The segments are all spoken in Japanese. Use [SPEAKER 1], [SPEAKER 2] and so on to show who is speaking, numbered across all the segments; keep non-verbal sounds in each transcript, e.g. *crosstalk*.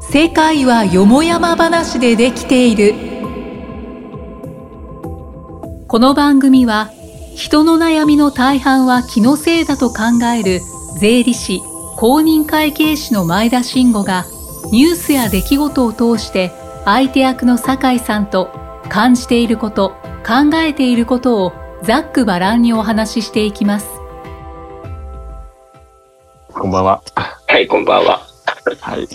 [SPEAKER 1] 世界はよもやま話でできているこの番組は人の悩みの大半は気のせいだと考える税理士公認会計士の前田慎吾がニュースや出来事を通して相手役の酒井さんと感じていること考えていることをざっくばらんにお話ししていきます
[SPEAKER 2] こんばんは。
[SPEAKER 3] はい、こんばんは。
[SPEAKER 2] はい。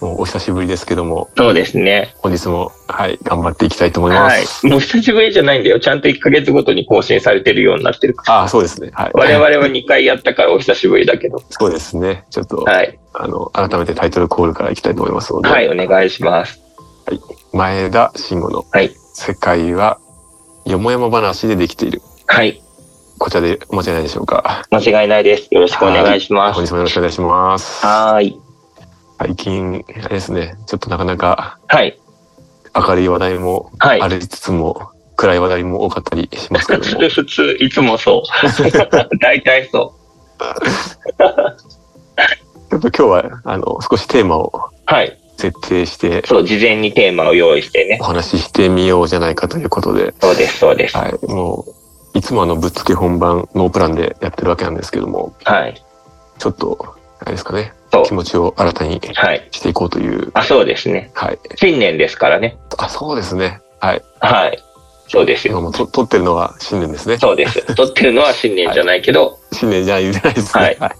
[SPEAKER 2] もうお久しぶりですけども、
[SPEAKER 3] そうですね。
[SPEAKER 2] 本日も、はい、頑張っていきたいと思いま
[SPEAKER 3] は
[SPEAKER 2] す。
[SPEAKER 3] い。もう久しぶりじゃないんだよ。ちゃんと1ヶ月ごとに更新されてるようになってるから。
[SPEAKER 2] ああ、そうですね。はい。
[SPEAKER 3] 我々は2回やったからお久しぶりだけど。
[SPEAKER 2] そうですね。ちょっと、
[SPEAKER 3] はい。
[SPEAKER 2] あの、改めてタイトルコールからいきたいと思いますので、
[SPEAKER 3] はい、お願いします。
[SPEAKER 2] 前田慎吾の、
[SPEAKER 3] はい
[SPEAKER 2] 世界は、よもやま話でできている。
[SPEAKER 3] はい。
[SPEAKER 2] こちらでお間違いないでしょうか。
[SPEAKER 3] 間違いないです。よろしくお願いしま
[SPEAKER 2] 本
[SPEAKER 3] す。
[SPEAKER 2] 日もよろしくお願いします。
[SPEAKER 3] はーい。
[SPEAKER 2] 最近、あれですね、ちょっとなかなか
[SPEAKER 3] はい。
[SPEAKER 2] 明るい話題も
[SPEAKER 3] はい
[SPEAKER 2] あ。りつつも、暗い話題も多かったりします
[SPEAKER 3] *laughs*
[SPEAKER 2] けど
[SPEAKER 3] そ
[SPEAKER 2] も
[SPEAKER 3] れ、普通、いつも *laughs* そう。大体そ
[SPEAKER 2] ちょっと今日は、あの、少しテーマを
[SPEAKER 3] う。はい。
[SPEAKER 2] 設定して、
[SPEAKER 3] そう、事前にテーマを用意してね
[SPEAKER 2] お。話ししてみようじゃないかということで、
[SPEAKER 3] そうです、そうです。
[SPEAKER 2] はい、もう、いつもあの、ぶっつけ本番、ノープランでやってるわけなんですけども、
[SPEAKER 3] はい。
[SPEAKER 2] ちょっと、あれですかね
[SPEAKER 3] そう、
[SPEAKER 2] 気持ちを新たに
[SPEAKER 3] はい。
[SPEAKER 2] していこうという、
[SPEAKER 3] あ、そうですね。
[SPEAKER 2] はい。
[SPEAKER 3] 新年ですからね。
[SPEAKER 2] あ、そうですね。はい。
[SPEAKER 3] はい。そうです
[SPEAKER 2] 今
[SPEAKER 3] よ。
[SPEAKER 2] もうと撮ってるのは新年ですね。
[SPEAKER 3] そうです。撮ってるのは新年じゃないけど、
[SPEAKER 2] 新年じゃないじゃないですね。
[SPEAKER 3] はい
[SPEAKER 2] はい。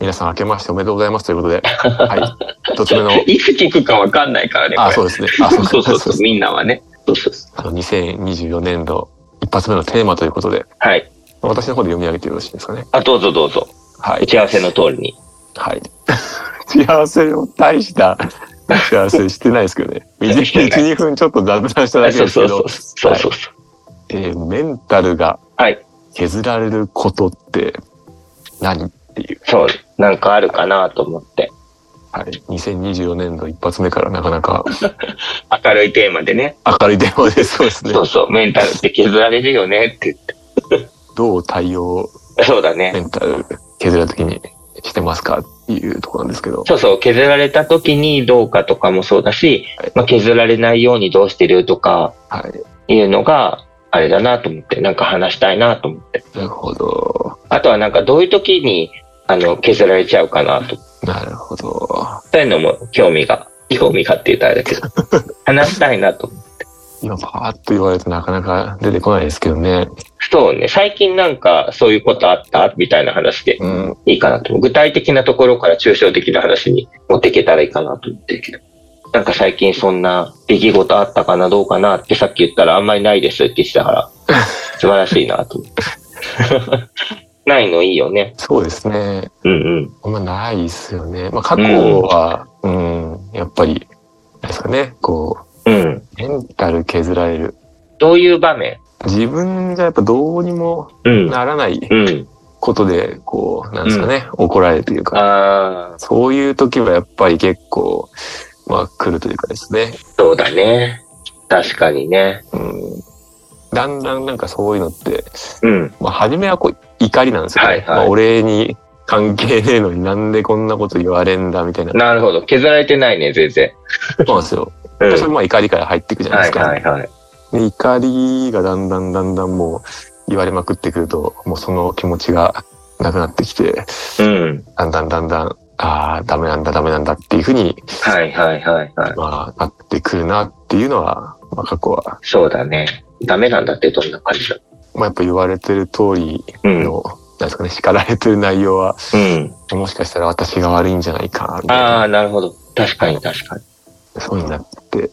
[SPEAKER 2] 皆さん明けましておめでとうございますということ
[SPEAKER 3] *laughs*
[SPEAKER 2] で、はい。 *laughs* 一つ目の、
[SPEAKER 3] いつ聞くかわかんないからね。
[SPEAKER 2] あ、
[SPEAKER 3] こ
[SPEAKER 2] そう
[SPEAKER 3] れ
[SPEAKER 2] ですね。あ、そう
[SPEAKER 3] そうそう
[SPEAKER 2] そ
[SPEAKER 3] そうう、みんなはね。そうそうそう
[SPEAKER 2] あの、2024年度、一発目のテーマということで、
[SPEAKER 3] はい。
[SPEAKER 2] 私の方で読み上げてよろしいですかね。
[SPEAKER 3] あ、どうぞどうぞ。
[SPEAKER 2] はい
[SPEAKER 3] 打。ち合わせの通りに。
[SPEAKER 2] はい。 *laughs* 幸せを大した幸せしてないですけどね。
[SPEAKER 3] い *laughs* してな
[SPEAKER 2] 1、
[SPEAKER 3] い
[SPEAKER 2] 2分ちょっと雑談しただけ
[SPEAKER 3] そ
[SPEAKER 2] で
[SPEAKER 3] う
[SPEAKER 2] す
[SPEAKER 3] そ
[SPEAKER 2] け
[SPEAKER 3] うそ
[SPEAKER 2] ど
[SPEAKER 3] う。、そうそうそう。
[SPEAKER 2] えーメンタルが
[SPEAKER 3] はい。
[SPEAKER 2] 削られることって何っていう。
[SPEAKER 3] そう、なんかあるかなと思って。
[SPEAKER 2] はい。2024年度一発目からなかなか
[SPEAKER 3] 明るいテーマでね。
[SPEAKER 2] 明るい電話です。そうですね
[SPEAKER 3] そ。うそう、メンタルって削られるよねって言
[SPEAKER 2] どう対応、
[SPEAKER 3] って。そうだ
[SPEAKER 2] メ
[SPEAKER 3] ね。
[SPEAKER 2] ンタル削られた時にしてますかっていうところなんですけど。
[SPEAKER 3] そうそう、削られた時にどうかとかもそうだし
[SPEAKER 2] はい、
[SPEAKER 3] まあ、削られないようにどうしてるとか
[SPEAKER 2] はい。
[SPEAKER 3] いうのが、あれだなと思って、なんか話したいなと思って。
[SPEAKER 2] なるほど。
[SPEAKER 3] あとはなんかどういう時に、あの、削られちゃうかなと
[SPEAKER 2] なるほど。
[SPEAKER 3] そういうのも興味が、興味がって言ったらあれだ
[SPEAKER 2] *laughs*
[SPEAKER 3] けど、話したいなと。
[SPEAKER 2] 今パーッと言われるとなかなか出てこないですけどね。
[SPEAKER 3] そうね、最近なんかそういうことあったみたいな話で
[SPEAKER 2] うん。
[SPEAKER 3] いいかなと思う。具体的なところから抽象的な話に持っていけたらいいかなと思ってるけど。なんか最近そんな出来事あったかなどうかなってさっき言ったらあんまりないですって言って
[SPEAKER 2] *laughs*
[SPEAKER 3] たから、素晴らしいなと思って。 *laughs* ないのいいよね。
[SPEAKER 2] そうですね。
[SPEAKER 3] うんうん。
[SPEAKER 2] あんまないですよね。まあ、過去は、うん、やっぱり、なんですかね、こ
[SPEAKER 3] うん。
[SPEAKER 2] う、メンタル削られる。
[SPEAKER 3] どういう場面
[SPEAKER 2] 自分じゃやっぱどうにも
[SPEAKER 3] うん。
[SPEAKER 2] ならない
[SPEAKER 3] うん。
[SPEAKER 2] ことで、こう、なんですかね、怒られるというか、
[SPEAKER 3] ああ、
[SPEAKER 2] そういう時はやっぱり結構、まあ、来るというかですね、
[SPEAKER 3] そうだね。確かにね。
[SPEAKER 2] うん。だんだんなんかそういうのって、
[SPEAKER 3] うん。
[SPEAKER 2] まあ、初めはこう、怒りなんですよね。
[SPEAKER 3] はいはい
[SPEAKER 2] まあ、俺に関係ねえのになんでこんなこと言われんだみたいな。
[SPEAKER 3] なるほど。削られてないね、全然。
[SPEAKER 2] そうなんですよ。
[SPEAKER 3] うん
[SPEAKER 2] それまあ、怒りから入っていくじゃない
[SPEAKER 3] は
[SPEAKER 2] で
[SPEAKER 3] い
[SPEAKER 2] すか。
[SPEAKER 3] はいはい。
[SPEAKER 2] で怒りがだんだんだんだんもう言われまくってくるともうその気持ちがなくなってきて
[SPEAKER 3] うん。
[SPEAKER 2] だんだんだんだんああダメなんだダメなんだっていうふうに、
[SPEAKER 3] はいはいはいはい。
[SPEAKER 2] まあ、なってくるなっていうのは、まあ、過去は、
[SPEAKER 3] そうだね。ダメなんだってどんな感じだ
[SPEAKER 2] まあ、やっぱ言われてる通り
[SPEAKER 3] うん。
[SPEAKER 2] の、なんですかね叱られてる内容は
[SPEAKER 3] うん。
[SPEAKER 2] もしかしたら私が悪いんじゃないかなみたい
[SPEAKER 3] あ
[SPEAKER 2] な
[SPEAKER 3] あ、なるほど。確かに確かに。
[SPEAKER 2] そうになって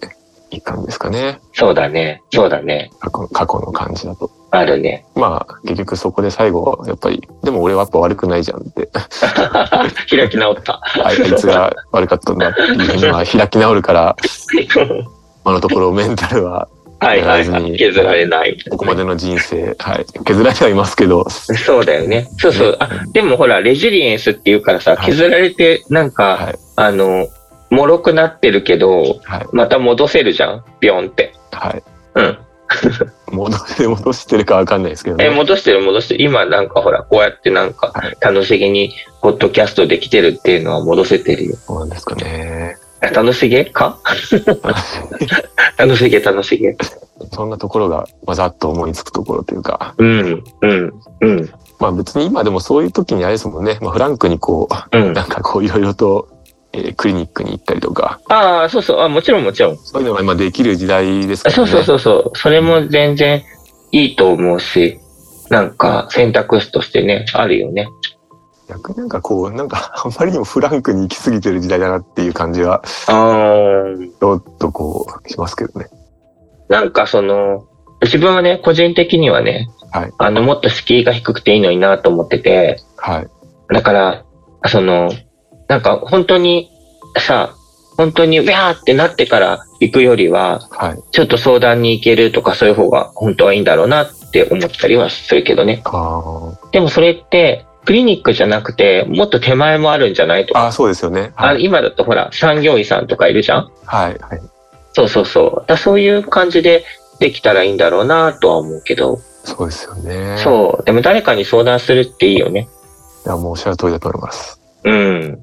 [SPEAKER 2] いったんですかね
[SPEAKER 3] そうだね。そうだね。
[SPEAKER 2] 過去過去の感じだと。
[SPEAKER 3] あるね。
[SPEAKER 2] まあ結局そこで最後はやっぱりでも俺はやっぱ悪くないじゃんって
[SPEAKER 3] 開き直った。
[SPEAKER 2] あいあ *laughs* いつが悪かったんだっていうふうに、まあ、開き直るから、今のところメンタルは、
[SPEAKER 3] はいはいはい。削られない。
[SPEAKER 2] ここまでの人生、はい、削られてはいますけど、
[SPEAKER 3] そうだよね。そうそう。あ、でもほら、レジリエンスっていうからさ、
[SPEAKER 2] はい
[SPEAKER 3] 削られて、なんか、
[SPEAKER 2] はい
[SPEAKER 3] あの、脆くなってるけど、
[SPEAKER 2] はい、
[SPEAKER 3] また戻せるじゃんビョンって。
[SPEAKER 2] はい。
[SPEAKER 3] うん。
[SPEAKER 2] 戻して、戻してるかわかんないですけど
[SPEAKER 3] え、
[SPEAKER 2] ね。
[SPEAKER 3] 戻してる戻してる。今なんかほら、こうやってなんか
[SPEAKER 2] はい、
[SPEAKER 3] 楽しげに、ポッドキャストできてるっていうのは戻せてるよ。
[SPEAKER 2] そうなんですかね。
[SPEAKER 3] あ楽しげか楽しげ、楽しげ。
[SPEAKER 2] そんなところがわざっと思いつくところというか、
[SPEAKER 3] うん、うん、うん、
[SPEAKER 2] まあ別に今でもそういう時にあれですもんね、まあ、フランクにこう、
[SPEAKER 3] うん。
[SPEAKER 2] なんかこういろいろと、えークリニックに行ったりとか、
[SPEAKER 3] ああ、そうそう、あもちろんもちろん。
[SPEAKER 2] そういうのが今できる時代ですか
[SPEAKER 3] あ
[SPEAKER 2] らね。
[SPEAKER 3] そうそうそうそう。それも全然いいと思うし、なんか選択肢としてね、あるよね。
[SPEAKER 2] 逆になんかこう、なんかあまりにもフランクに行き過ぎてる時代だなっていう感じは、
[SPEAKER 3] ああ。
[SPEAKER 2] ちょっとこう、しますけどね。
[SPEAKER 3] なんかその、自分はね、個人的にはね、
[SPEAKER 2] はい
[SPEAKER 3] あの、もっと敷居が低くていいのになと思ってて、
[SPEAKER 2] はい。
[SPEAKER 3] だから、その、なんか本当にさ、本当にウャーってなってから行くよりは、
[SPEAKER 2] はい。
[SPEAKER 3] ちょっと相談に行けるとかそういう方が本当はいいんだろうなって思ったりはするけどね。
[SPEAKER 2] あー
[SPEAKER 3] でもそれって、クリニックじゃなくて、もっと手前もあるんじゃないとか。
[SPEAKER 2] あー、そうですよね。
[SPEAKER 3] あ
[SPEAKER 2] は
[SPEAKER 3] の
[SPEAKER 2] い。
[SPEAKER 3] 今だとほら、産業医さんとかいるじゃん
[SPEAKER 2] はい。はい、
[SPEAKER 3] そうそうそう。だからそういう感じでできたらいいんだろうなとは思うけど。
[SPEAKER 2] そうですよね。う。
[SPEAKER 3] そう。でも誰かに相談するっていいよね。
[SPEAKER 2] いや、もうおっしゃる通りだと思います。
[SPEAKER 3] うん。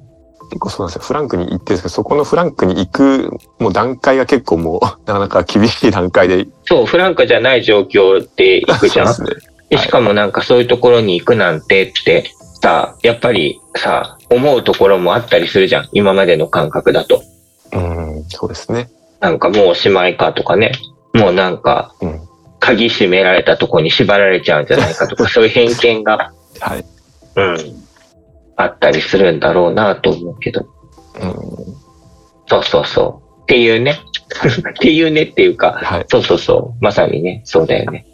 [SPEAKER 2] 結構そうなんですよ。フランクに行ってるんですけど、そこのフランクに行く、もう段階が結構もう、 *laughs* なかなか厳しい段階で。
[SPEAKER 3] そう、フランクじゃない状況で行くじゃん。
[SPEAKER 2] そうですね。
[SPEAKER 3] でしかもなんかそういうところに行くなんてって、さ、やっぱりさ、思うところもあったりするじゃん。今までの感覚だと。
[SPEAKER 2] *laughs* うん、そうですね。
[SPEAKER 3] なんかもうおしまいかとかね。もうなんか、
[SPEAKER 2] うん
[SPEAKER 3] 鍵閉められたとこに縛られちゃうんじゃないか
[SPEAKER 2] *laughs*
[SPEAKER 3] とか、そういう偏見が
[SPEAKER 2] はい。
[SPEAKER 3] うん。あったりするんだろうなと思うけど。
[SPEAKER 2] うん、
[SPEAKER 3] そうそうそう。っていうね。 *laughs* っていうねっていうか、
[SPEAKER 2] はい。
[SPEAKER 3] そうそうそう。まさにね、そうだよね。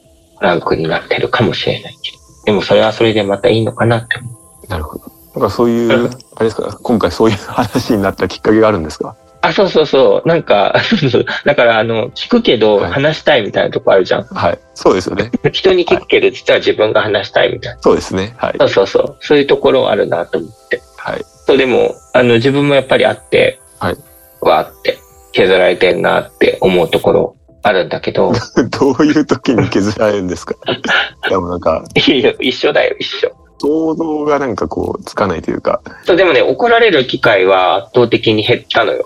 [SPEAKER 3] ランクになってるかもしれないけど。でもそれはそれでまたいいのかなって思う。
[SPEAKER 2] なるほど。なんかそういう、あれですか、今回そういう話になったきっかけがあるんですか
[SPEAKER 3] あ、そうそうそう。なんか、 *laughs* そうそうだからあの、聞くけど
[SPEAKER 2] はい
[SPEAKER 3] 話したいみたいなとこあるじゃん。 *laughs*
[SPEAKER 2] はい。そうですよね。
[SPEAKER 3] 人に聞くけど実は自分が話したいみたいな。
[SPEAKER 2] そうですね。はい。
[SPEAKER 3] そうそうそう。そういうところあるなと思って。
[SPEAKER 2] はい。 *laughs*
[SPEAKER 3] そう、でも、あの、自分もやっぱりあって、
[SPEAKER 2] はい。
[SPEAKER 3] わーって、削られてんなって思うところあるんだ
[SPEAKER 2] *laughs*
[SPEAKER 3] けど、
[SPEAKER 2] どういう時に削られるんですか *laughs* いやもうなんか、
[SPEAKER 3] いやいや一緒だよ、一緒。
[SPEAKER 2] 想像がなんかこう、つかないというか、
[SPEAKER 3] そう、でもね、怒られる機会は圧倒的に減ったのよ。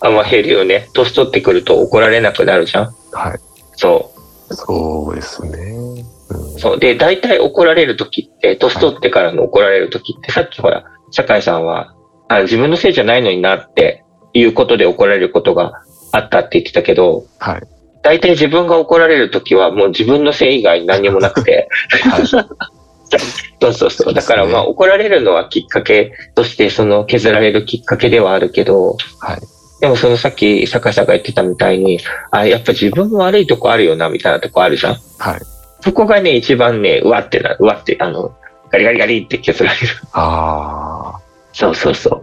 [SPEAKER 3] あ、まあ減るよね。年取ってくると怒られなくなるじゃん。
[SPEAKER 2] はい。
[SPEAKER 3] そ
[SPEAKER 2] そうですね。うん *laughs*
[SPEAKER 3] う。そう。で、大体怒られる時って、年取ってからの怒られる時って、さっきほら、酒井さんは、あ自分のせいじゃないのになっていうことで怒られることがあったって言ってたけど、
[SPEAKER 2] はい。
[SPEAKER 3] 大体自分が怒られるときはもう自分のせい以外何にもな
[SPEAKER 2] *laughs*
[SPEAKER 3] くて。
[SPEAKER 2] はい。
[SPEAKER 3] そうそうそう。だからま
[SPEAKER 2] そうで
[SPEAKER 3] あ
[SPEAKER 2] すね
[SPEAKER 3] 怒られるのはきっかけとしてその削られるきっかけではあるけど、
[SPEAKER 2] はい。
[SPEAKER 3] でもそのさっき坂井さんが言ってたみたいに、あ、やっぱ自分も悪いとこあるよなみたいなとこあるじゃん。
[SPEAKER 2] はい。
[SPEAKER 3] そこがね、一番ね、うわってな、うわって、あの、ガリガリガリって削られる。
[SPEAKER 2] あ
[SPEAKER 3] そうそうそ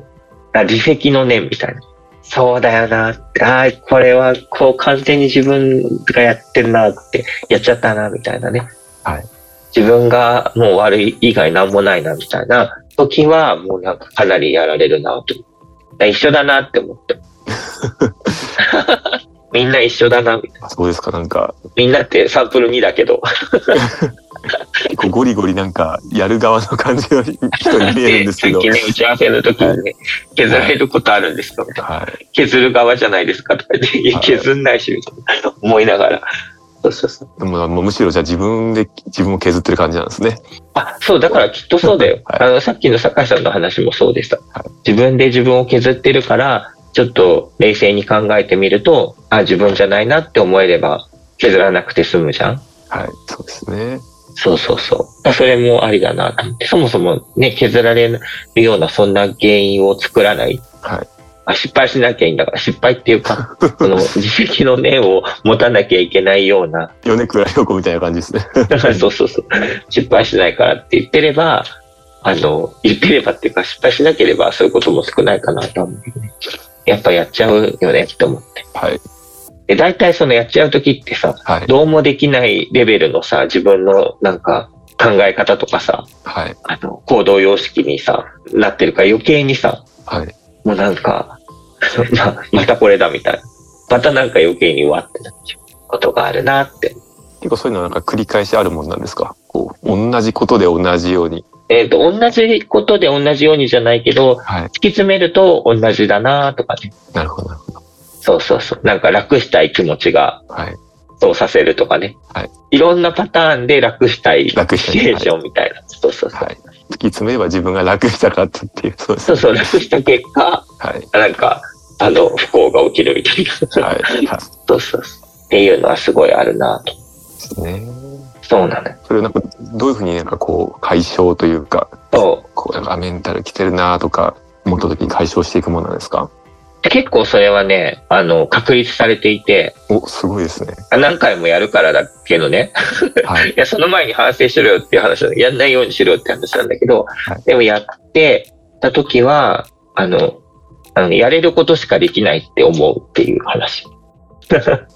[SPEAKER 3] う。あ自責の念みたいな。そうだよな。あーこれはこう完全に自分がやってるなって、やっちゃったな、みたいなね。
[SPEAKER 2] はい。
[SPEAKER 3] 自分がもう悪い以外なんもないな、みたいな時は、もうなんかかなりやられるなと。だから一緒だなって思って。 *laughs* みんな一緒だな、みたいな。
[SPEAKER 2] あ。そうですか、なんか、
[SPEAKER 3] みんなってサンプル2だけど。
[SPEAKER 2] 結構ゴリゴリなんか、やる側の感じの人に見えるんですけ *laughs* ど
[SPEAKER 3] 最。近ね打ち合わせの時にね、削られることあるんですかみたいな。
[SPEAKER 2] はい。
[SPEAKER 3] 削る側じゃないですかとか言って、いや
[SPEAKER 2] はい
[SPEAKER 3] 削んないし、みたいな思いながら。そうそうそう。
[SPEAKER 2] でも、もうむしろじゃあ自分で、自分を削ってる感じなんですね。
[SPEAKER 3] あ、そう、だからきっとそうだよ。
[SPEAKER 2] はい
[SPEAKER 3] あの、さっきの酒井さんの話もそうでした。
[SPEAKER 2] は
[SPEAKER 3] 自分で自分を削ってるから、ちょっと冷静に考えてみると、あ、自分じゃないなって思えれば、削らなくて済むじゃん
[SPEAKER 2] はい。そうですね。
[SPEAKER 3] そうそうそう。だからそれもありだなと思って。そもそもね、削られるようなそんな原因を作らない。
[SPEAKER 2] はい。
[SPEAKER 3] あ失敗しなきゃいいんだから、失敗ってい
[SPEAKER 2] *laughs*
[SPEAKER 3] うか、その自責の念を持たなきゃいけないよう
[SPEAKER 2] *laughs*
[SPEAKER 3] な
[SPEAKER 2] 米倉涼子みたいな感じですね。
[SPEAKER 3] そうそうそう。失敗しないからって言ってれば、あの、言ってればっていうか、失敗しなければそういうことも少ないかなと思うけどね。やっぱやっちゃうよねって思って。
[SPEAKER 2] はい。
[SPEAKER 3] で、大体そのやっちゃうときってさ、
[SPEAKER 2] はい。
[SPEAKER 3] どうもできないレベルのさ、自分のなんか考え方とかさ、
[SPEAKER 2] はい。
[SPEAKER 3] あの、行動様式にさ、なってるから余計にさ、
[SPEAKER 2] はい。
[SPEAKER 3] もうなんか、 *laughs* ま、またこれだみたいな。またなんか余計にうわってなっちゃうことがあるなって。
[SPEAKER 2] 結構そういうのはなんか繰り返しあるもんなんですかこう、同じことで同じように
[SPEAKER 3] えっ、と、同じことで同じようにじゃないけど、
[SPEAKER 2] はい
[SPEAKER 3] 突。き詰めると同じだなとかね。
[SPEAKER 2] なるほど、なるほど。
[SPEAKER 3] そうそうそう。なんか楽したい気持ちが
[SPEAKER 2] はい。
[SPEAKER 3] そうさせるとかね。
[SPEAKER 2] はい。
[SPEAKER 3] ろんなパターンで楽したいシチ
[SPEAKER 2] 楽したい
[SPEAKER 3] ュエーションみたいな。そうそうそう。
[SPEAKER 2] はい。突き詰めれば自分が楽したかったっていう、そうです
[SPEAKER 3] そうそう、楽した結果、
[SPEAKER 2] はい。
[SPEAKER 3] なんか、あの、不幸が起きるみたいな。
[SPEAKER 2] はい。はい
[SPEAKER 3] そうそうそう。っていうのはすごいあるなと。
[SPEAKER 2] ですね。
[SPEAKER 3] そうなのよ。
[SPEAKER 2] それをなんか、どういうふうになんかこう、解消というか、
[SPEAKER 3] そ
[SPEAKER 2] こう、なんか、あメンタル来てるなとか、思った時に解消していくものなんですか
[SPEAKER 3] う。結構それはね、あの、確立されていて、
[SPEAKER 2] お、すごいですね。
[SPEAKER 3] あ何回もやるからだけどね。 *laughs*
[SPEAKER 2] はい。
[SPEAKER 3] いや、その前に反省しろよっていう話なのやんないようにしろよって話なんだけど、
[SPEAKER 2] はい
[SPEAKER 3] でもやってた時は、あの、あの、やれることしかできないって思うっていう話。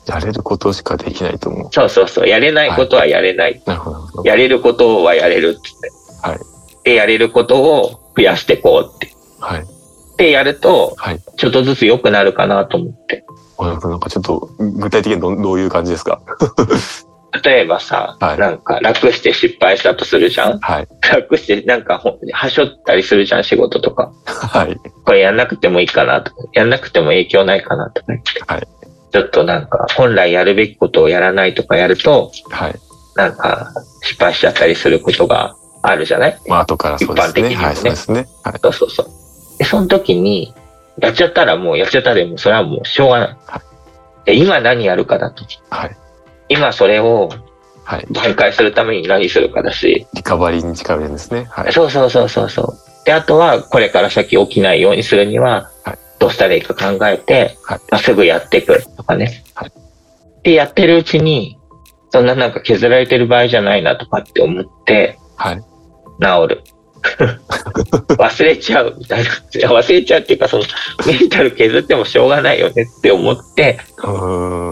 [SPEAKER 2] やれることしかできないと思
[SPEAKER 3] そうそうそう。やれないことはやれない。
[SPEAKER 2] う。なるほど、なるほど。
[SPEAKER 3] やれることはやれるっつって。
[SPEAKER 2] はい
[SPEAKER 3] で、やれることを増やしてこうって。
[SPEAKER 2] はい。
[SPEAKER 3] で、やると、
[SPEAKER 2] はい
[SPEAKER 3] ちょっとずつ良くなるかなと思って。
[SPEAKER 2] おなんかなんかちょっと、具体的にはどどういう感じですか
[SPEAKER 3] 例えばさ、
[SPEAKER 2] はい
[SPEAKER 3] なんか楽して失敗したとするじゃん *laughs*
[SPEAKER 2] はい。
[SPEAKER 3] 楽してなんかほんはしょったりするじゃん仕事とか。
[SPEAKER 2] はい。
[SPEAKER 3] これやんなくてもいいかなとか、やんなくても影響ないかなとか言って、
[SPEAKER 2] はい
[SPEAKER 3] ちょっとなんか、本来やるべきことをやらないとかやると、
[SPEAKER 2] はい。
[SPEAKER 3] なんか、失敗しちゃったりすることがあるじゃない
[SPEAKER 2] まあ、後からそうですね。
[SPEAKER 3] 一般的にもね
[SPEAKER 2] はい、そうですね。はい。
[SPEAKER 3] そうそうそう。で、その時に、やっちゃったらもう、やっちゃったでもう、それはもうしょうがない。
[SPEAKER 2] は
[SPEAKER 3] で今何やるかだと。
[SPEAKER 2] はい。
[SPEAKER 3] 今それを
[SPEAKER 2] はい。
[SPEAKER 3] 挽回するために何するかだし、
[SPEAKER 2] リカバリーに近いですね。はい。
[SPEAKER 3] そうそうそうそうそう。で、あとは、これから先起きないようにするには
[SPEAKER 2] はい、
[SPEAKER 3] どうしたらいいか考えて、
[SPEAKER 2] はい。
[SPEAKER 3] まあすぐやっていくとかね。
[SPEAKER 2] はい
[SPEAKER 3] で、やってるうちに、そんななんか削られてる場合じゃないなとかって思って、
[SPEAKER 2] はい。*laughs*
[SPEAKER 3] 治る。忘れちゃうみたいな。いや忘れちゃうっていうか、その、メンタル削ってもしょうがないよねって思って、
[SPEAKER 2] うー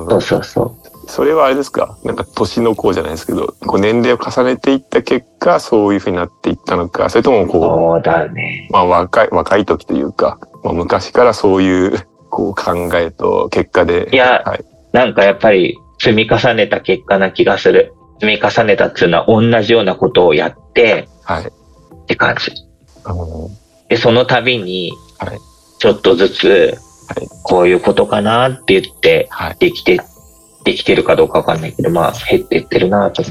[SPEAKER 2] ん。
[SPEAKER 3] そうそうそう。
[SPEAKER 2] それはあれですかなんか年の子じゃないですけど、こう年齢を重ねていった結果、そういうふうになっていったのか、それともこ
[SPEAKER 3] そうだね。
[SPEAKER 2] う、まあ若い、若い時というか、まあ昔からそういう、こう考えと結果で。
[SPEAKER 3] いや
[SPEAKER 2] はい。
[SPEAKER 3] なんかやっぱり、積み重ねた結果な気がする。積み重ねたっていうのは同じようなことをやって、
[SPEAKER 2] はい。
[SPEAKER 3] って感じ。
[SPEAKER 2] あの
[SPEAKER 3] で、その度に
[SPEAKER 2] はい、
[SPEAKER 3] ちょっとずつ
[SPEAKER 2] はい、
[SPEAKER 3] こういうことかなって言って、
[SPEAKER 2] はい。
[SPEAKER 3] できて、できてるかどうかわかんないけど、まあ、減っていってるなと。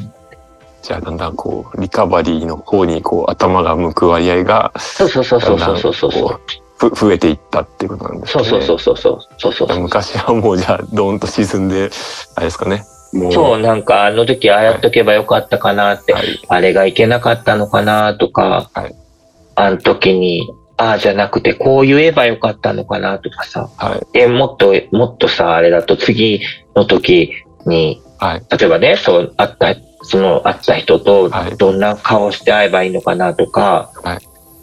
[SPEAKER 2] じゃあだんだんこう、リカバリーの方にこう、頭が向く割合が、
[SPEAKER 3] そうそうそうそうそうそうそう。
[SPEAKER 2] こうふ増えていったっていうことなんです
[SPEAKER 3] そ
[SPEAKER 2] ね。
[SPEAKER 3] うそうそうそうそう。そうそうそう。
[SPEAKER 2] 昔はもうじゃあ、ドーンと沈んで、あれですかね。もう。
[SPEAKER 3] そう、なんか、あの時ああやっとけばよかったかなって、
[SPEAKER 2] はい。
[SPEAKER 3] あれがいけなかったのかなとか、
[SPEAKER 2] はい
[SPEAKER 3] あの時に、ああじゃなくて、こう言えばよかったのかなとかさ。
[SPEAKER 2] はい。
[SPEAKER 3] で、もっと、もっとさ、あれだと次の時に、
[SPEAKER 2] はい。
[SPEAKER 3] 例えばね、そう、会った、その、会った人と
[SPEAKER 2] はい、
[SPEAKER 3] どんな顔して会えばいいのかなとか、
[SPEAKER 2] はい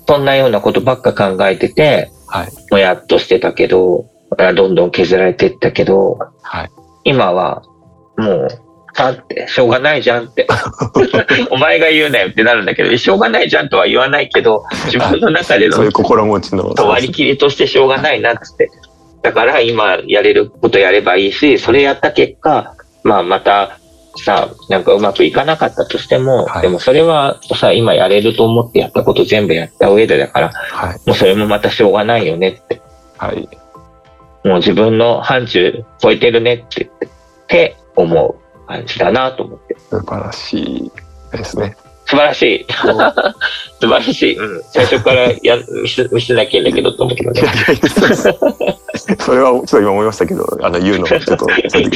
[SPEAKER 3] そんなようなことばっか考えてて、
[SPEAKER 2] はい。
[SPEAKER 3] もやっとしてたけど、あどんどん削られてったけど、
[SPEAKER 2] はい。
[SPEAKER 3] 今は、もう、さって、しょうがないじゃん
[SPEAKER 2] *laughs*
[SPEAKER 3] って。お前が言うなよってなるんだけど、しょうがないじゃんとは言わないけど、自分の中での
[SPEAKER 2] そういう心持ちの。
[SPEAKER 3] 割り切りとしてしょうがないなっつって。だから今やれることやればいいし、それやった結果、まあまたさ、なんかうまくいかなかったとしても、
[SPEAKER 2] はい
[SPEAKER 3] でもそれはさ、今やれると思ってやったこと全部やった上でだから、
[SPEAKER 2] はい。
[SPEAKER 3] もうそれもまたしょうがないよねって。
[SPEAKER 2] はい。
[SPEAKER 3] もう自分の範疇超えてるねって言って、って思う感じだなと思って。
[SPEAKER 2] 素晴らしいですね。
[SPEAKER 3] 素晴らしい。 *laughs* 素晴らしい。うん。最初からや見せ見せなきゃいいんだけどと思うけど
[SPEAKER 2] い
[SPEAKER 3] ね
[SPEAKER 2] や。いやいやそうですそれは、ちょっと今思いましたけど、あの、言うのはちょっと、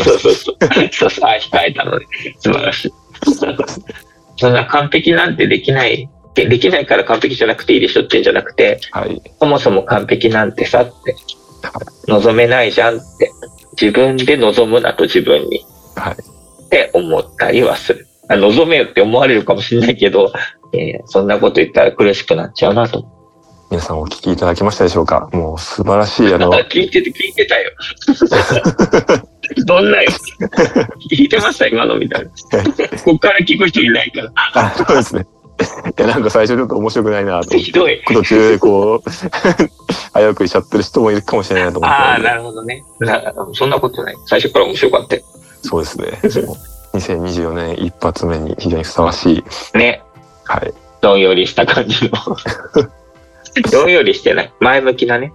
[SPEAKER 3] そうそうそう。そうそう、あ控えたので、素晴らしい。そんな完璧なんてできない、でできないから完璧じゃなくていいでしょってんじゃなくて、
[SPEAKER 2] はい。
[SPEAKER 3] そもそも完璧なんてさって、望めないじゃんって、自分で望むなと自分に
[SPEAKER 2] はい。
[SPEAKER 3] って思ったりはする。あ望めよって思われるかもしれないけど、いやいやそんなこと言ったら苦しくなっちゃうなと思
[SPEAKER 2] 皆さんお聞きいただきましたでしょうかもう素晴らしい、あの
[SPEAKER 3] う。、聞いてて、聞いてたよ。どんなよ。聞いてました、今のみたいな。こっから聞く人いないから。
[SPEAKER 2] あそうですね。いや、なんか最初ちょっと面白くないなと思っ
[SPEAKER 3] ひ
[SPEAKER 2] て。
[SPEAKER 3] どい。
[SPEAKER 2] 途中でこう、早送りしちゃってる人もいるかもしれないなと思って。
[SPEAKER 3] ああ、なるほどね。なそんなことない。最初から面白かったよ
[SPEAKER 2] そうですね。2024年一発目に非常にふさわしい、
[SPEAKER 3] ね。
[SPEAKER 2] はい、
[SPEAKER 3] どんよりした
[SPEAKER 2] *laughs*
[SPEAKER 3] 感じの。どんよりしてない。前向き
[SPEAKER 2] *laughs*
[SPEAKER 3] だね。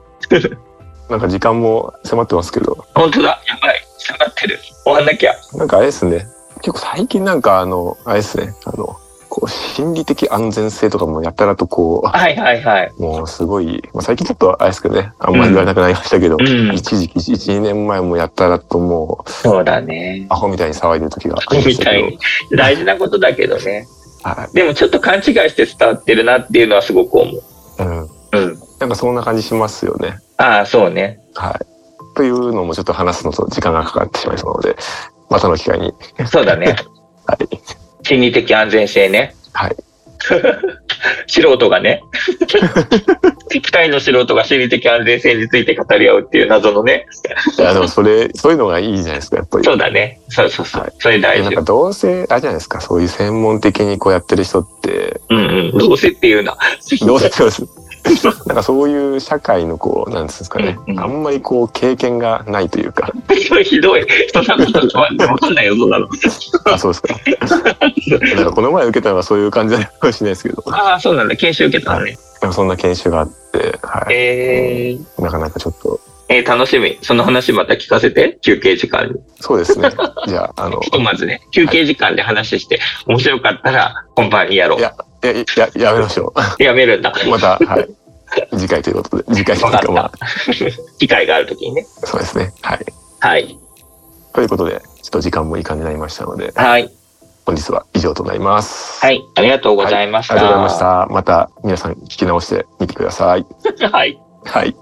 [SPEAKER 2] なんか時間も迫ってますけど、
[SPEAKER 3] 本当だ。やばい。下がってる。終わんなきゃ。
[SPEAKER 2] なんかあれですね。結構最近なんかあの、あれですね。あの、こう、心理的安全性とかもやたらとこ
[SPEAKER 3] はいはいはい。
[SPEAKER 2] う、もうすごい、まあ、最近ちょっとあれですけどね、あんまり言われなくなりましたけど、
[SPEAKER 3] うん。
[SPEAKER 2] 一時期、1、2年前もやたらともう、
[SPEAKER 3] そうだね。
[SPEAKER 2] アホみたいに騒いでる時がありま
[SPEAKER 3] み
[SPEAKER 2] したけ
[SPEAKER 3] た
[SPEAKER 2] ど
[SPEAKER 3] いに。大事なことだけどね。
[SPEAKER 2] は
[SPEAKER 3] でもちょっと勘違いして伝わってるなっていうのはすごく思う。
[SPEAKER 2] い。うん。
[SPEAKER 3] うん。
[SPEAKER 2] なんかそんな感じしますよね。
[SPEAKER 3] ああ、そうね。
[SPEAKER 2] はい。というのもちょっと話すのと時間がかかってしまいそうなので、またの機会に。
[SPEAKER 3] そう
[SPEAKER 2] *laughs*
[SPEAKER 3] だね。
[SPEAKER 2] はい。
[SPEAKER 3] 心理的安全性ね。
[SPEAKER 2] はい。
[SPEAKER 3] *laughs* 素人がね。二人の素人が心理的安全性について語り合うっていう謎のね。
[SPEAKER 2] いや、でもそ
[SPEAKER 3] *laughs*
[SPEAKER 2] れ、そういうのがいいじゃないですか、やっぱり。
[SPEAKER 3] そうだね。そうそうそう。
[SPEAKER 2] はい
[SPEAKER 3] それ大
[SPEAKER 2] なん
[SPEAKER 3] 事
[SPEAKER 2] か。どうせ、あれじゃないですか、そういう専門的にこうやってる人って、
[SPEAKER 3] うんうん。どうせっていうな。
[SPEAKER 2] どうせってことで
[SPEAKER 3] *laughs*
[SPEAKER 2] す。なんかそういう社会のこう、なんですかね、
[SPEAKER 3] うんうん
[SPEAKER 2] あんまりこう経験がないという
[SPEAKER 3] *laughs*
[SPEAKER 2] か、
[SPEAKER 3] ひどい。 *laughs* そんなことわかんないよ、そんなの。
[SPEAKER 2] あ、そうですか。なんかこの前受けたのはそういう感じなのかもしれないですけど、
[SPEAKER 3] ああ、そうなんだ。研修受けたのね。
[SPEAKER 2] でもそんな研修があって、はい。
[SPEAKER 3] えー、
[SPEAKER 2] なかなかちょっと、
[SPEAKER 3] えー楽しみ。その話また聞かせて。休憩時間に。
[SPEAKER 2] そうです
[SPEAKER 3] *laughs*
[SPEAKER 2] ね。じゃあ、あの、
[SPEAKER 3] ひとまずね、休憩時間で話して、面白かったら、本番やろ
[SPEAKER 2] いやや、や、やめましょ
[SPEAKER 3] う。やめるんだ。
[SPEAKER 2] う。また、はい。次回ということで、次回とい
[SPEAKER 3] わ
[SPEAKER 2] う
[SPEAKER 3] か
[SPEAKER 2] か
[SPEAKER 3] っ、
[SPEAKER 2] まあ
[SPEAKER 3] た、。 *laughs* 機会があるときにね。
[SPEAKER 2] そうですね。はい。
[SPEAKER 3] はい。
[SPEAKER 2] ということで、ちょっと時間もいい感じになりましたので、
[SPEAKER 3] はい。
[SPEAKER 2] 本日は以上となります。
[SPEAKER 3] はい。ありがとうございました。
[SPEAKER 2] ありがとうございました。ま
[SPEAKER 3] *laughs*
[SPEAKER 2] た皆さん聞き直してみてください。
[SPEAKER 3] ました。はい。
[SPEAKER 2] はい。